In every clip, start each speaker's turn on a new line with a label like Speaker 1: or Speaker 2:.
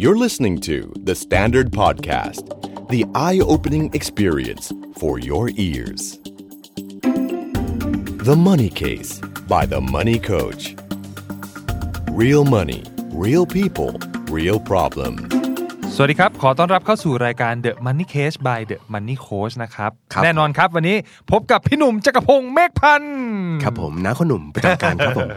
Speaker 1: You're listening to The Standard Podcast, the eye opening experience for your ears. The Money Case by The Money Coach. Real money, real people, real problem.
Speaker 2: สวัสดีครับ ขอต้อนรับเข้าสู่รายการ The Money Case by The Money Coach นะครับ
Speaker 3: ครับ
Speaker 2: แน่นอนครับวันนี้พบกับพี่หนุ่มจักรพงศ์เมฆพันธ์
Speaker 3: ครับผมน้าขนหนุ่มประจำการครับผม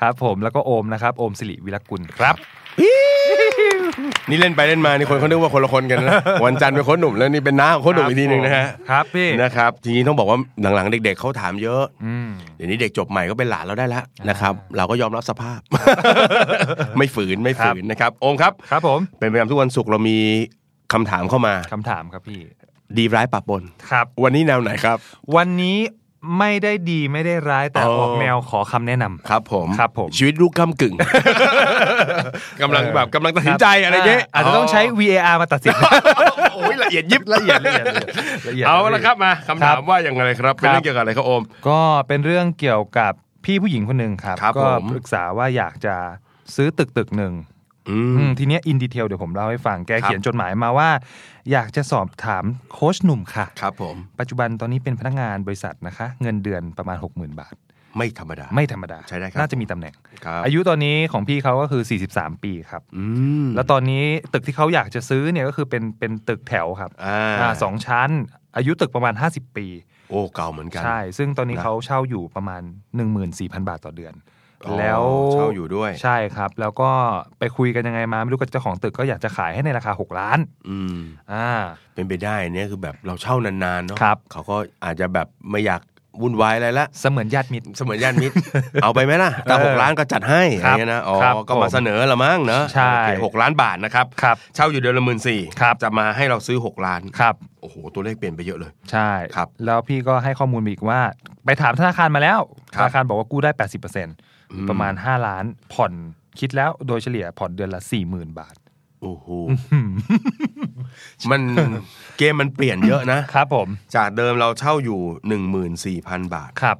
Speaker 2: ครับผมแล้วก็โอมนะครับ โอมสิริวิรกุลครับ
Speaker 3: นี่เล่นไปเล่นมานี่คนเขานึกว่าคนละคนกัน นะ วันจันทร์เป็นคนหนุ่มแล้วนี่เป็นน้าของคนหนุ่มอีกทีหนึ่งนะฮะ
Speaker 2: ครับพี่
Speaker 3: นะครับจริงๆต้องบอกว่าหลังๆ เด็ก ๆเขาถามเยอะ
Speaker 2: อืม
Speaker 3: เดี๋ยวนี้เด็กจบใหม่ก็เป็นหลานเราได้แล้วนะครับเราก็ยอมรับสภ าพ ไม่ฝืนไม่ฝืนนะครับโองค์ครับ
Speaker 2: ครับผม
Speaker 3: เป็นประจำทุกวันศุกร์เรามีคำถามเข้ามา
Speaker 2: คำถามครับพี่
Speaker 3: ดีร้ายปะปน
Speaker 2: ครับ
Speaker 3: วันนี้แนวไหนครับ
Speaker 2: วันนี้ไม่ได้ดีไม่ได้ร้ายแต่
Speaker 3: อ๋อ
Speaker 2: ออกแนวขอคำแนะนำ
Speaker 3: ครับผม
Speaker 2: ครับผม
Speaker 3: ชีวิตลูกกำกึ่ง กำลังแบบกำลังตัดสินใจอะไรเงี้ย
Speaker 2: อาจจะต้องใช้ VAR มาตัดสิน
Speaker 3: โอ้ยละเอียดยิบละเอียดละเอียด
Speaker 2: ละเอียด
Speaker 3: เอาละครับมาคำถามว่าอย่างไรครับ เป็น
Speaker 2: ครับ
Speaker 3: เรื่องเกี่ยวกับอะไรครับโอม
Speaker 2: ก็เป็นเรื่องเกี่ยวกับพี่ผู้หญิงคนหนึ่งครับ
Speaker 3: ครับ
Speaker 2: ก็
Speaker 3: ผม
Speaker 2: ปรึกษาว่าอยากจะซื้อตึกตึกหนึ่ง
Speaker 3: อืม
Speaker 2: อืมทีเนี้ยอินดีเทลเดี๋ยวผมเล่าให้ฟังแก
Speaker 3: ครับ
Speaker 2: เขียนจดหมายมาว่า อยากจะสอบถามโค้ชหนุ่มค่ะ
Speaker 3: ครับผม
Speaker 2: ปัจจุบันตอนนี้เป็นพนักงานบริษัทนะคะ เงินเดือนประมาณ 60,000 บาท
Speaker 3: ไม่ธรรมดา
Speaker 2: ไม่ธรรมดา
Speaker 3: ใช่ได้ครับ
Speaker 2: น่าจะมีตำแหน่ง
Speaker 3: ครับ
Speaker 2: อายุตอนนี้ของพี่เขาก็คือ 43 ปีครับ
Speaker 3: อืม
Speaker 2: แล้วตอนนี้ตึกที่เขาอยากจะซื้อเนี่ยก็คือเป็นเป็นตึกแถวครับ
Speaker 3: อ่า
Speaker 2: อ่าสองชั้น อายุตึกประมาณ 50 ปี
Speaker 3: โอ้เก่าเหมือนกัน
Speaker 2: ใช่ ซึ่งตอนนี้เขาเช่าอยู่ประมาณ 14,000 บาทต่อเดือน
Speaker 3: อ๋อ
Speaker 2: แล้ว
Speaker 3: เช่าอยู่ด้วย
Speaker 2: ใช่ครับ แล้วก็ไปคุยกันยังไงมาไม่รู้กับเจ้าของตึกก็อยากจะขายให้ในราคา 6 ล้าน
Speaker 3: อืม
Speaker 2: อ่า
Speaker 3: เป็นไปได้เนี่ยคือแบบเราเช่านานๆเนาะ
Speaker 2: ครับ
Speaker 3: เขาก็อาจจะแบบไม่อยากวุ่นวายอะไรละ
Speaker 2: เสมือนญาติมิตร
Speaker 3: เสมือนย่านมิตร เอาไปไหมล่ะแต่หกล้านก็จัดให้อะไรเงี้ยนะอ๋อ
Speaker 2: ครับ
Speaker 3: ก็มาเสนอละมั้งเนอะ
Speaker 2: ใช่
Speaker 3: โอเคหกล้านบาทนะครับ
Speaker 2: ครับ
Speaker 3: เช่าอยู่เดือนละหมื่นสี่
Speaker 2: ครับ
Speaker 3: จะมาให้เราซื้อหกล้าน
Speaker 2: ครับ
Speaker 3: โอ้โหตัวเลขเปลี่ยนไปเยอะเลย
Speaker 2: ใช่
Speaker 3: ครับ
Speaker 2: แล้วพี่ก็ให้ข้อมูลมาอีกว่า ไปถามธนาคารมาแล้วธ
Speaker 3: ครับ
Speaker 2: นาคารบอกว่ากู้ได้ 80%ประมาณ 5 ล้านผ่อนคิดแล้วโดยเฉลี่ยผ่อนเดือนละ 40,000 บาท
Speaker 3: โอ้โห มันเกมมันเปลี่ยนเยอะนะ
Speaker 2: ครับผม
Speaker 3: จากเดิมเราเช่าอยู่ 14,000 บาท
Speaker 2: ครับ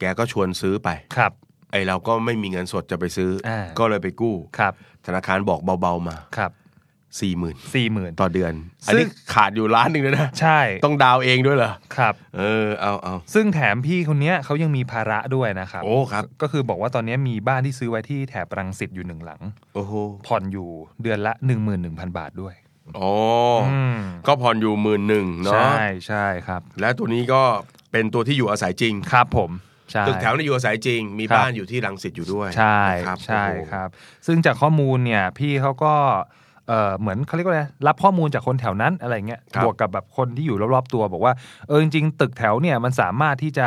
Speaker 3: แกก็ชวนซื้อไป
Speaker 2: ครับ
Speaker 3: ไอเราก็ไม่มีเงินสดจะไปซื้อ
Speaker 2: อ่า
Speaker 3: ก็เลยไปกู้
Speaker 2: ครับ
Speaker 3: ธนาคารบอกเบาๆมา
Speaker 2: ครับ
Speaker 3: 40,000
Speaker 2: 40,000
Speaker 3: ต่อเดือน
Speaker 2: ซึ่ง
Speaker 3: อันนี้ขาดอยู่ล้านหนึ่งเลยนะ
Speaker 2: ใช่
Speaker 3: ต้องดาวเองด้วยเหรอ
Speaker 2: ครับ
Speaker 3: เออ เอาเอา
Speaker 2: ซึ่งแถมพี่คนเนี้ยเขายังมีภาระด้วยนะครับ
Speaker 3: โอ้ครับ
Speaker 2: ก็คือบอกว่าตอนเนี้ยมีบ้านที่ซื้อไว้ที่แถบรังสิตอยู่หนึ่งหลัง
Speaker 3: โอ้โห
Speaker 2: ผ่อนอยู่เดือนละ 11,000 บาทด้วย
Speaker 3: อ๋ออ
Speaker 2: ม
Speaker 3: ก็ผ่อนอยู่หมื่นหนึ่งเนาะ
Speaker 2: ใช่ใช่ครับ
Speaker 3: และตัวนี้ก็เป็นตัวที่อยู่อาศัยจริง
Speaker 2: ครับผมใช่
Speaker 3: ตึกแถวนี่อยู่อาศัยจริง มี
Speaker 2: ครับ
Speaker 3: บ้านอยู่ที่รังสิตอยู่ด้วย
Speaker 2: ใช่
Speaker 3: นะครับ
Speaker 2: ใช่
Speaker 3: โอ้โห
Speaker 2: ครับ ซึ่งจากข้อมูลเนี่ยพี่เขาก็เออเหมือนเขาเรียกว่าอะไรรับข้อมูลจากคนแถวนั้นอะไรเงี้ย
Speaker 3: ครับ
Speaker 2: บวกกับแบบคนที่อยู่รอบๆตัว บอกว่าเออจริงๆตึกแถวเนี่ยมันสามารถที่จะ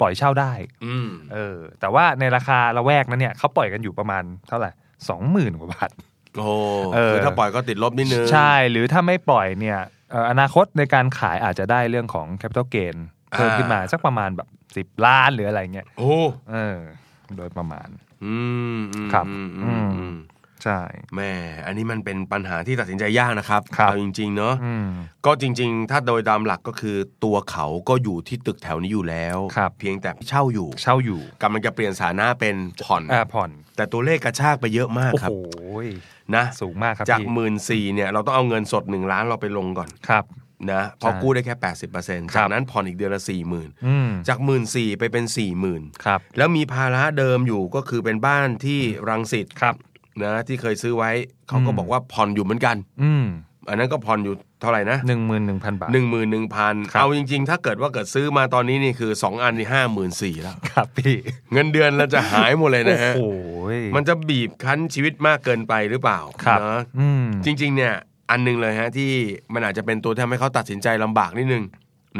Speaker 2: ปล่อยเช่าได้
Speaker 3: อืม
Speaker 2: เออแต่ว่าในราคาละแวกนั้นเนี่ยเขาปล่อยกันอยู่ประมาณเท่าไหร่สองหมื่นกว่าบาท
Speaker 3: โอ้
Speaker 2: เออ
Speaker 3: คือถ้าปล่อยก็ติดลบนิดนึง
Speaker 2: ใช่หรือถ้าไม่ปล่อยเนี่ยเอ่ออนาคตในการขายอาจจะได้เรื่องของแคปิตอลเกนเพิ่มขึ้นมาสักประมาณแบบสิบ10 ล้านหรืออะไรเงี้ย
Speaker 3: โอ้
Speaker 2: เออโดยประมาณ
Speaker 3: อืมอืม
Speaker 2: ครับ
Speaker 3: อืม
Speaker 2: อื
Speaker 3: อื
Speaker 2: ม
Speaker 3: มอืม
Speaker 2: ใช่
Speaker 3: แม่อันนี้มันเป็นปัญหาที่ตัดสินใจยากนะครับ
Speaker 2: ครับ
Speaker 3: เอาจริง ๆ เนาะ
Speaker 2: อืม
Speaker 3: ก็จริง ๆ ถ้าโดยตามหลักก็คือตัวเขาก็อยู่ที่ตึกแถวนี้อยู่แล้ว
Speaker 2: ครับ
Speaker 3: เพียงแต่เช่าอยู่
Speaker 2: เช่าอยู่
Speaker 3: กำลังจะเปลี่ยนสถานะเป็นผ่อน
Speaker 2: อ่าผ่อน
Speaker 3: แต่ตัวเลขกระชากไปเยอะมาก
Speaker 2: โอ้
Speaker 3: ค
Speaker 2: โห
Speaker 3: รับนะ
Speaker 2: สูงมากครับ
Speaker 3: จาก
Speaker 2: พี่
Speaker 3: หมื่นสี่เนี่ยเราต้องเอาเงินสดหนึ่งล้านเราไปลงก่อน
Speaker 2: ครับ
Speaker 3: นะเพอกู้ได้แค่ 80%
Speaker 2: ครั
Speaker 3: จาก
Speaker 2: บ
Speaker 3: นั้นผ่อนอีกเดือนละสี่หมื่น
Speaker 2: อืม
Speaker 3: จากหมื่นสี่ไปเป็นสี่หมื่น
Speaker 2: ครับ
Speaker 3: แล้วมีภาระเดิมอยู่ก็คือเป็นบ้านที่รังสิต
Speaker 2: ครับ
Speaker 3: นะที่เคยซื้อไว้เขาก็
Speaker 2: อืม
Speaker 3: บอกว่าผ่อนอยู่เหมือนกัน
Speaker 2: อืม
Speaker 3: อันนั้นก็ผ่อนอยู่เท่าไหร่นะ
Speaker 2: หนึ่งหมื่นหนึ่งพันบาท
Speaker 3: หนึ่งหมื่นหนึ่งพัน
Speaker 2: ครับ
Speaker 3: เอาจริงๆ ถ้าเกิดว่าเกิดซื้อมาตอนนี้นี่คือ 2 อันนี่ห้าหมื่นสี่แล้ว
Speaker 2: ครับพี่
Speaker 3: เงินเดือนเราจะหายหมดเลย
Speaker 2: โอ้
Speaker 3: นะฮะ
Speaker 2: โห
Speaker 3: มันจะบีบคั้นชีวิตมากเกินไปหรือเปล่า
Speaker 2: ครับ
Speaker 3: นะ
Speaker 2: อืม
Speaker 3: จริงๆเนี่ยอันหนึงเลยฮะที่มันอาจจะเป็นตัวที่ทำให้เขาตัดสินใจลำบากนิดนึง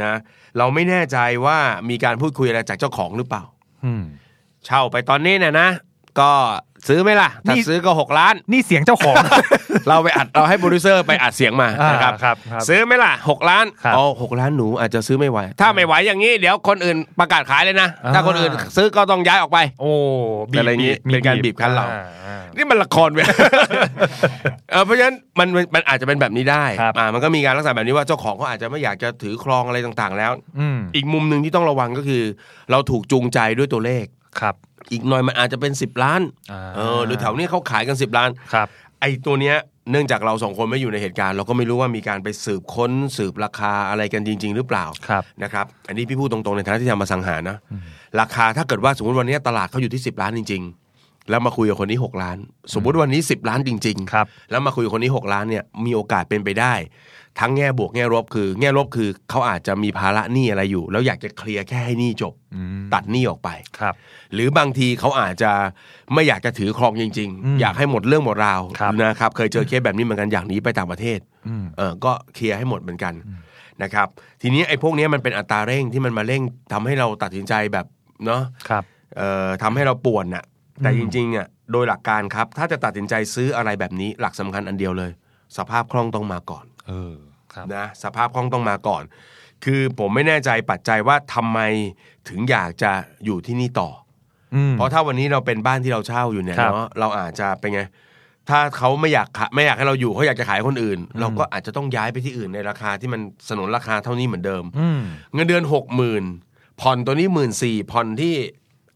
Speaker 3: นะเราไม่แน่ใจว่ามีการพูดคุยอะไรจากเจ้าของหรือเปล่า
Speaker 2: อืม
Speaker 3: เช่าไปตอนนี้เนี่ยนะ ก็ซื้อไหมล่ะ ถ้า
Speaker 2: นี่
Speaker 3: ซื้อก็หกล้าน
Speaker 2: นี่เสียงเจ้าของ
Speaker 3: เราไปอัดเราให้โปรดิวเซอร์ไปอัดเสียงมา
Speaker 2: อ่า
Speaker 3: นะครับ
Speaker 2: ครับครับ
Speaker 3: ซื้อไหมล่ะหกล้าน
Speaker 2: ครับ
Speaker 3: อ๋อหกล้านหนูอาจจะซื้อไม่ไหว ถ้าไม่ไหวอย่างนี้เดี๋ยวคนอื่นประกาศขายเลยนะ
Speaker 2: อ่า
Speaker 3: ถ้าคนอื่นซื้อก็ต้องย้ายออกไป
Speaker 2: โอ้บีบ
Speaker 3: อะไรอย่างงี้
Speaker 2: มี
Speaker 3: เป็นการบีบคั้นเรา
Speaker 2: อ่อ่า
Speaker 3: นี่มันละคร เว้ย เออเพราะฉะนั้นมันมันมันอาจจะเป็นแบบนี้ได้
Speaker 2: ครับ
Speaker 3: อ่ามันก็มีการลักษณะแบบนี้ว่าเจ้าของเขาอาจจะไม่อยากจะถือครองอะไรต่างๆ แล้ว
Speaker 2: อืม
Speaker 3: อีกมุมหนึ่งที่ต้องระวังก็คือ เราถูกจูงใจด้วยตัวเลข
Speaker 2: ครับ
Speaker 3: อีกหน่อยมันอาจจะเป็น 10 ล้าน
Speaker 2: อ่า
Speaker 3: เออหรือแถวนี้เขาขายกัน 10 ล้าน
Speaker 2: ครับ
Speaker 3: ไอ้ตัวเนี้ย เนื่องจากเราสองคนไม่อยู่ในเหตุการณ์ เราก็ไม่รู้ว่ามีการไปสืบค้นสืบราคาอะไรกันจริง ๆ หรือเปล่า
Speaker 2: ครับ
Speaker 3: นะครับ อันนี้พี่พูดตรงๆในฐานะที่ทำมาสังหารนะราคาถ้าเกิดว่าสมมติวันนี้ตลาดเขาอยู่ที่ 10 ล้านจริง ๆ แล้วมาคุยกับคนนี้6ล้าน สมมติวันนี้ 10 ล้านจริง ๆ
Speaker 2: ครับ
Speaker 3: แล้วมาคุยกับคนนี้ 6 ล้านเนี่ยมีโอกาสเป็นไปได้ ทั้งแง่บวกแง่ลบคือ แง่ลบคือเขาอาจจะมีภาระหนี้อะไรอยู่ แล้วอยากจะเคลียร์แค่ให้หนี้จบ
Speaker 2: อืม
Speaker 3: ตัดหนี้ออกไป
Speaker 2: ครับ
Speaker 3: หรือบางทีเขาอาจจะไม่อยากจะถือครองจริง
Speaker 2: อืม
Speaker 3: ๆ อยากให้หมดเรื่องหมดราว
Speaker 2: ครับ
Speaker 3: นะครับเคยเจอเคสแบบนี้เหมือนกันอยากหนีไปต่างประเทศ
Speaker 2: อืม
Speaker 3: เออก็เคลียร์ให้หมดเหมือนกันนะครับ ทีนี้ไอ้พวกเนี้ยมันเป็นอัตราเร่งที่มันมาเร่งทำให้เราตัดสินใจแบบเนาะ
Speaker 2: ครับ
Speaker 3: เอ่อทำให้เราป่วนน่ะ แต่
Speaker 2: อืม
Speaker 3: จริงๆเนี่ยโดยหลักการครับ ถ้าจะตัดสินใจซื้ออะไรแบบนี้หลักสำคัญอันเดียวเลย สภาพคล่องต้องมาก่อน
Speaker 2: เออครับ
Speaker 3: นะสภาพคล่องต้องมาก่อน คือผมไม่แน่ใจปัจจัยว่าทำไมถึงอยากจะอยู่ที่นี่ต่อ
Speaker 2: อืม
Speaker 3: เพราะถ้าวันนี้เราเป็นบ้านที่เราเช่าอยู่เนี่ย
Speaker 2: ครับ
Speaker 3: เนาะเราอาจจะเป็นไง ถ้าเขาไม่อยากขะไม่อยากให้เราอยู่เขาอยากจะขายคนอื่น เราก็อาจจะต้องย้ายไปที่อื่นในราคาที่มันสนนราคาเท่านี้เหมือนเดิม
Speaker 2: อืม
Speaker 3: เงินเดือนหกหมื่นผ่อนตัวนี้หมื่นสี่ผ่อนที่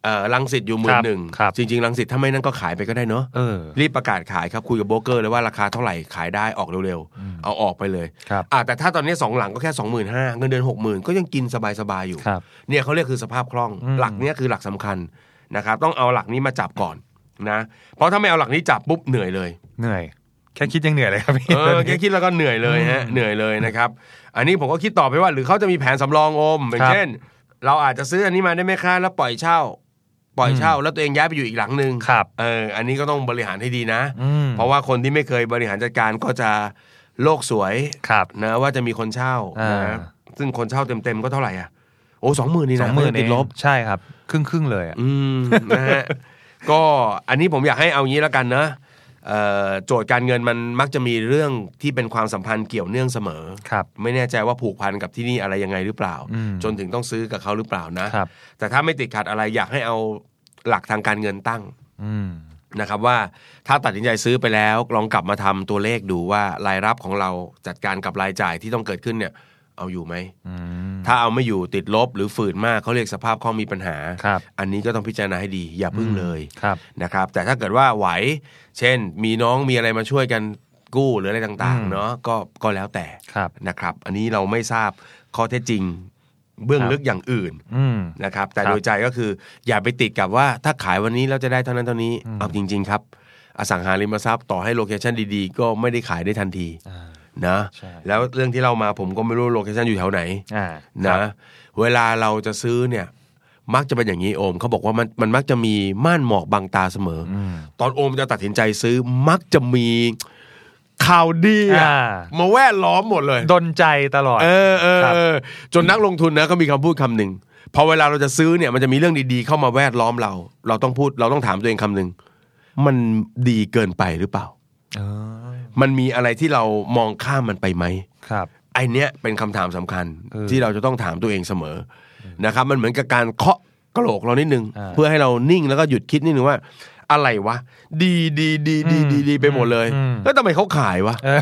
Speaker 3: เอ่อลังสิตอยู่ห
Speaker 2: ค
Speaker 3: มื่
Speaker 2: รั
Speaker 3: น
Speaker 2: บ
Speaker 3: หนึ่ง
Speaker 2: ครับ
Speaker 3: จริง ๆ ลังสิตถ้าไม่นั่นก็ขายไปก็ได้เนาะ
Speaker 2: เออ
Speaker 3: รีบประกาศขายครับ คุยกับโบรกเกอร์เลยว่าราคาเท่าไหร่ขายได้ออกเร็วๆ เอาออกไปเลย
Speaker 2: ครับ
Speaker 3: อ่ะแต่ถ้าตอนนี้สองหลังก็แค่สองหมื่นห้าเงินเดือนหกหมื่นก็ยังกินสบายๆอยู่
Speaker 2: ครับ
Speaker 3: เนี่ยเขาเรียกคือสภาพคล่อง
Speaker 2: อืม
Speaker 3: หลักเนี้ยคือหลักสำคัญนะครับต้องเอาหลักนี้มาจับก่อนนะเพราะถ้าไม่เอาหลักนี้จับปุ๊บเหนื่อยเลย
Speaker 2: เหนื่อย แค่คิดยังเหนื่อยเลยครับพี่
Speaker 3: เอ
Speaker 2: ต
Speaker 3: อ
Speaker 2: อน
Speaker 3: แค่
Speaker 2: นี้
Speaker 3: คิดแล้วก็เหนื่อยเลยฮะเหนื่อยเลยนะครับ อันนี้ผมก็คิดต่อไปว่า หรือเขาจะมีแผนสำรองอมอย่าง
Speaker 2: ครับ
Speaker 3: เช่น เราอาจจะซื้ออันนี้มาได้ไหมคะแล้วปล่อยเช่า ปล่อยเช่า แล้วตัวเองย้ายไปอยู่อีกหลังหนึ่ง
Speaker 2: ครับ
Speaker 3: เอออันนี้ก็ต้องบริหารให้ดีนะ
Speaker 2: อืม
Speaker 3: เพราะว่าคนที่ไม่เคยบริหารจัดการก็จะโลกสวย
Speaker 2: ครับ
Speaker 3: นะว่าจะมีคนเช่า
Speaker 2: อ่า
Speaker 3: นะซึ่งคนเช่าเต็มๆก็เท่าไหร่อ่ะโอ้สองหมื่นนี่
Speaker 2: สอ
Speaker 3: นะ
Speaker 2: งหมื่น
Speaker 3: ไได้ติดลบ
Speaker 2: ใช่ครับ ครึ่งครึ่งๆเลยอะ
Speaker 3: อืมนะฮะ ก็อันนี้ผมอยากให้เอางี้แล้วกันนะเอ่อโจทย์การเงินมันมักจะมีเรื่องที่เป็นความสัมพันธ์เกี่ยวเนื่องเสมอ
Speaker 2: ครับ
Speaker 3: ไม่แน่ใจว่าผูกพันกับที่นี่อะไรยังไงหรือเปล่า
Speaker 2: อืม
Speaker 3: จนถึงต้องซื้อกับเขาหรือเปล่านะ
Speaker 2: ครับ
Speaker 3: แต่ถ้าไม่ติดขัดอะไรอยากให้เอาหลักทางการเงินตั้ง
Speaker 2: อืม
Speaker 3: นะครับว่าถ้าตัดสินใจซื้อไปแล้วลองกลับมาทำตัวเลขดูว่ารายรับของเราจัดการกับรายจ่ายที่ต้องเกิดขึ้นเนี่ย เอาอยู่ไหม
Speaker 2: อืม
Speaker 3: ถ้าเอาไม่อยู่ติดลบหรือฝืนมากเขาเรียกสภาพคล่องมีปัญหา
Speaker 2: ครับ
Speaker 3: อันนี้ก็ต้องพิจารณาให้ดี อย่าพึ่งเลย
Speaker 2: ครับ
Speaker 3: นะครับ แต่ถ้าเกิดว่าไหว เช่น มีน้องมีอะไรมาช่วยกันกู้หรืออะไรต่าง
Speaker 2: อื
Speaker 3: ๆ
Speaker 2: ม
Speaker 3: เนาะก็ก็แล้วแต่
Speaker 2: ครับ
Speaker 3: นะครับ อันนี้เราไม่ทราบข้อเท็จจริง เบื้อง
Speaker 2: ครับ
Speaker 3: ลึกอย่างอื่น
Speaker 2: อืม
Speaker 3: นะครับ แต่
Speaker 2: ครับ
Speaker 3: โดยใจก็คือ อย่าไปติดกับว่าถ้าขายวันนี้แล้วจะได้เท่านั้นเท่านี้
Speaker 2: อืม
Speaker 3: เอาจริง ๆ ครับ อสังหาริมทรัพย์ต่อให้โลเคชันดีๆ ก็ไม่ได้ขายได้ทันที
Speaker 2: อ่า
Speaker 3: นะ
Speaker 2: ใช่
Speaker 3: แล้วเรื่องที่เรามาผมก็ไม่รู้โลเคชันอยู่แถวไหน
Speaker 2: อ่า
Speaker 3: นะครับ เวลาเราจะซื้อเนี่ย มักจะเป็นอย่างนี้โอมเขาบอกว่ามันมันมักจะมีม่านหมอกบังตาเสมออ
Speaker 2: อืม
Speaker 3: ตอนโอมจะตัดสินใจซื้อ มักจะมีข่าวดีอะ
Speaker 2: อ่า
Speaker 3: มาแวดล้อมหมดเลย
Speaker 2: ดนใจตลอด
Speaker 3: เออเออ
Speaker 2: ครับ
Speaker 3: เออจนนักลงทุนนะก็มีคำพูดคำหนึ่งพอเวลาเราจะซื้อเนี่ยมันจะมีเรื่องดีๆเข้ามาแวดล้อมเรา เราต้องพูดเราต้องถามตัวเองคำหนึ่งมันดีเกินไปหรือเปล่า
Speaker 2: เออ
Speaker 3: มันมีอะไรที่เรามองข้ามมันไปไหม
Speaker 2: ครับ
Speaker 3: ไอเนี้ยเป็นคำถามสำคัญ
Speaker 2: เออ
Speaker 3: ที่เราจะต้องถามตัวเองเสมอนะครับมันเหมือนกับการเคาะกระโหลกเรานิดนึง
Speaker 2: อ่า
Speaker 3: เพื่อให้เรานิ่งแล้วก็หยุดคิดนิดนึงว่า อะไรวะ ดีดีดีดีดีดีไปหมดเลย
Speaker 2: อืม
Speaker 3: แล้วทำไมเขาขายวะ
Speaker 2: เออ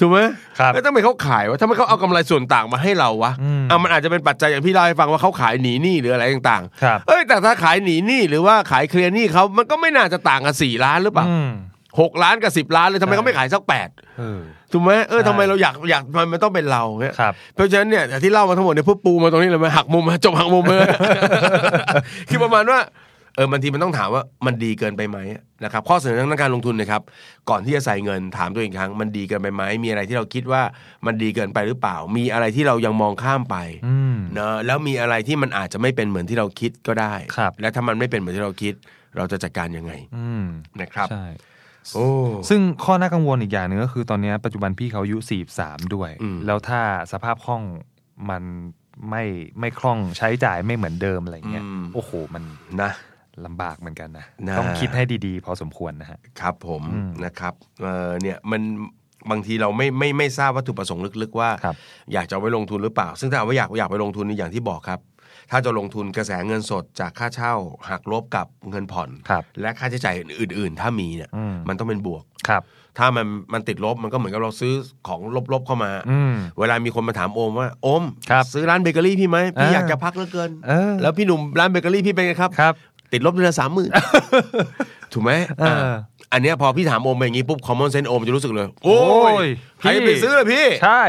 Speaker 3: ถูกไหม
Speaker 2: ครับ
Speaker 3: แล้วทำไมเขาขายวะทำไมเขาเอากำไรส่วนต่างมาให้เราวะ
Speaker 2: อืม
Speaker 3: อ่ะมันอาจจะเป็นปัจจัยอย่างพี่เล่าให้ฟังว่าเขาขายหนีหนี้หรืออะไรต่าง
Speaker 2: ครับ
Speaker 3: ๆเอ้ยแต่ถ้าขายหนีหนี้หรือว่าขายเคลียร์หนี้เขามันก็ไม่น่าจะต่างกันสี่ล้านหรือเปล่า
Speaker 2: อืม
Speaker 3: หกล้านกับสิบล้านเลยทำไมเขาไม่ขายสักแปด
Speaker 2: เออ
Speaker 3: ถูกไหมเออ
Speaker 2: ใช่
Speaker 3: ทำไมเราอยากอยากมันมันต้องเป็นเราเนี่ย
Speaker 2: ครับ
Speaker 3: เพราะฉะนั้นเนี่ยแต่ที่เล่ามาทั้งหมดเนี่ยเพื่อปูมาตรงนี้เลยมาหักมุมมาจบหักมุมเลย คือประมาณว่าเออบางทีมันต้องถามว่ามันดีเกินไปไหมนะครับข้อเสนอทางด้านการลงทุนนะครับ ก่อนที่จะใส่เงินถามตัวเองอีกครั้งมันดีเกินไปไหมมีอะไรที่เราคิดว่ามันดีเกินไปหรือเปล่า มีอะไรที่เรายังมองข้ามไป
Speaker 2: อืม
Speaker 3: เนอะแล้วมีอะไรที่มันอาจจะไม่เป็นเหมือนที่เราคิดก็ได้
Speaker 2: ครับ
Speaker 3: และถ้ามันไม่เป็นเหมือนที่เราคิด เราจะจัดการยังไง
Speaker 2: อืม
Speaker 3: นะครับ
Speaker 2: ใช่
Speaker 3: โอ้
Speaker 2: ซึ่งข้อน่ากังวลอีกอย่างหนึ่งก็คือตอนเนี้ยปัจจุบันพี่เขาอายุ 43 ด้วย
Speaker 3: อืม
Speaker 2: แล้วถ้าสภาพคล่องมันไม่ไม่คล่องใช้จ่ายไม่เหมือนเดิมอะไรเงี้ยโอ้โหมัน
Speaker 3: นะ
Speaker 2: ลำบากเหมือนกันนะ
Speaker 3: นะ
Speaker 2: ต้องคิดให้ดีๆ พอสมควรนะฮะ
Speaker 3: ครับผม
Speaker 2: อืม
Speaker 3: นะครับเอ่อเนี่ยมันบางทีเราไม่ไม่ไม่ทราบวัตถุประสงค์ลึกๆว่า
Speaker 2: ครับ
Speaker 3: อยากจะเอาไว้ลงทุนหรือเปล่า ซึ่งถ้าเอาไว้อยากอยากไปลงทุนในอย่างที่บอกครับ ถ้าจะลงทุนกระแสเงินสดจากค่าเช่าหักลบกับเงินผ่อน
Speaker 2: ครับ
Speaker 3: และค่าใช้จ่ายอื่น ๆ ถ้ามีเนี่ย
Speaker 2: อืม
Speaker 3: มันต้องเป็นบวก
Speaker 2: ครับ
Speaker 3: ถ้ามันมันติดลบมันก็เหมือนกับเราซื้อของลบๆเข้ามา
Speaker 2: อืม
Speaker 3: เวลามีคนมาถามโอมว่าโอม
Speaker 2: ครับ
Speaker 3: ซื้อร้านเบเกอรี่พี่ไหมพี่
Speaker 2: อ่า
Speaker 3: อยากจะพักเหลือเกิน
Speaker 2: เออ
Speaker 3: แล้วพี่หนุ่มร้านเบเกอรี่พี่เป็นไงครับ
Speaker 2: ครับ
Speaker 3: ติดลบเดือนละสามหมื่น ถูกไหม
Speaker 2: เอออ่
Speaker 3: า อันเนี้ยพอพี่ถามโอมไปอย่างงี้ปุ๊บคอมมอนเซน s e โอมจะรู้สึกเลย โอ้ยใครจะไปซื้อล่ะพี่
Speaker 2: ใช่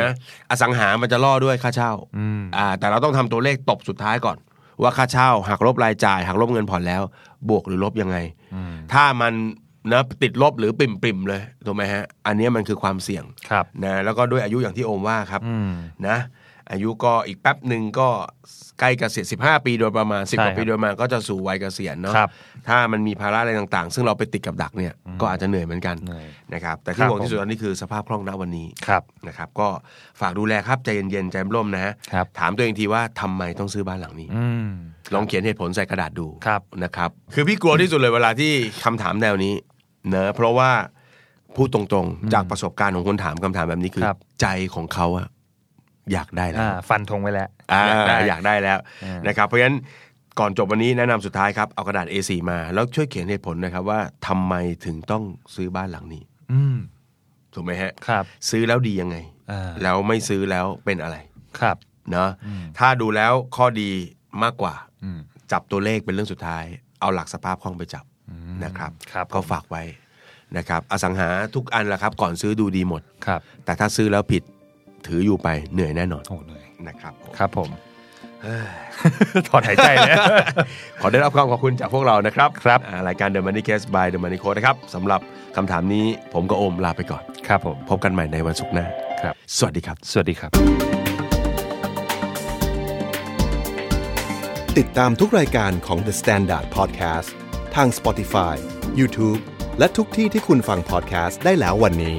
Speaker 3: นะอสังหามันจะล่อด้วยค่าเช่า
Speaker 2: อืม
Speaker 3: อ่าแต่เราต้องทำตัวเลขตบสุดท้ายก่อน ว่าค่าเช่าหักลบรายจ่ายหักลบเงินผ่อนแล้ว บวกหรือลบยังไง
Speaker 2: อืม
Speaker 3: ถ้ามันนะติดลบหรือปริ่มๆเลยถูกไหมฮะ อันเนี้ยมันคือความเสี่ยง
Speaker 2: ครับ
Speaker 3: นะแล้วก็ด้วยอายุอย่างที่โอมว่าครับ
Speaker 2: อืม
Speaker 3: นะอายุก็อีกแป๊บหนึ่งก็ใกล้เกษียณ15 ปีโดยประมาณ 10ก
Speaker 2: ใช่ค
Speaker 3: ว่า
Speaker 2: รับ
Speaker 3: ปีโดยประมาณก็จะสู่วัยเกษียณเนาะ
Speaker 2: ครับ
Speaker 3: ถ้ามันมีภาระอะไรต่างๆ ซึ่งเราไปติดกับดักเนี่ยก็อาจจะเหนื่อยเหมือนกัน
Speaker 2: เหนื่อย
Speaker 3: นะครับแต่
Speaker 2: ครั
Speaker 3: ที่
Speaker 2: บ
Speaker 3: ห่วงที่สุด
Speaker 2: ผม
Speaker 3: ตอนนี้คือสภาพคล่องณวันนี้
Speaker 2: ครับ
Speaker 3: นะครับก็ฝากดูแลครับใจเย็นๆใจร่มนะฮะ
Speaker 2: ครับ
Speaker 3: ถามตัวเองทีว่าทำไมต้องซื้อบ้านหลังนี้
Speaker 2: อืม
Speaker 3: ลองเขียนเหตุผลใส่กระดาษดู
Speaker 2: ครับ
Speaker 3: นะครับ คือพี่กลัวที่สุดเลยเวลาที่คำถามแนวนี้เนอะเพราะว่าพูดตรงๆ จากประสบการณ์ของคนถามคำถามแบบนี้คือ ใจของเขาอะอยากได้แล้ว
Speaker 2: อ่า ฟันธงไว้แล้ว
Speaker 3: อ่า
Speaker 2: อยากได้
Speaker 3: อยากได้แล้ว
Speaker 2: อ่าน
Speaker 3: นะครับเพราะฉะนั้นก่อนจบวันนี้แนะนำสุดท้ายครับเอากระดาษ A4 มา แล้วช่วยเขียนเหตุผลนะครับว่าทำไมถึงต้องซื้อบ้านหลังนี้
Speaker 2: อืม
Speaker 3: ถูกไหมฮะ
Speaker 2: ครับ
Speaker 3: ซื้อแล้วดียังไง
Speaker 2: อ่า
Speaker 3: แล้วไม่ซื้อแล้วเป็นอะไร
Speaker 2: ครับ
Speaker 3: เนาะถ้าดูแล้วข้อดีมากกว่า
Speaker 2: อืม
Speaker 3: จับตัวเลขเป็นเรื่องสุดท้าย เอาหลักสภาพคล่องไปจับนะครับ
Speaker 2: ครับ
Speaker 3: ก็
Speaker 2: ผม
Speaker 3: ฝากไว้นะครับ อสังหาทุกอันละครับ ก่อนซื้อดูดีหมด
Speaker 2: ครับ
Speaker 3: แต่ถ้าซื้อแล้วผิดถืออยู่ไปเหนื่อยแน่นอน
Speaker 2: โอ้เหนื่อย
Speaker 3: นะครับผม
Speaker 2: ครับผม ถอนหายใจเลย
Speaker 3: ขอได้รับความขอบคุณจากพวกเรานะครับ
Speaker 2: ครับ
Speaker 3: อ่ารายการ The Money Case by The Money Code นะครับสำหรับคำถามนี้ผมกับโอมลาไปก่อน
Speaker 2: ครับผม
Speaker 3: พบกันใหม่ในวันศุกร์หน้า
Speaker 2: ครับ
Speaker 3: สวัสดีครับ
Speaker 2: สวัสดีครับ
Speaker 1: ติดตามทุกรายการของ The Standard Podcast ทาง Spotify, YouTube และทุกที่ที่คุณฟัง podcast ได้แล้ววันนี้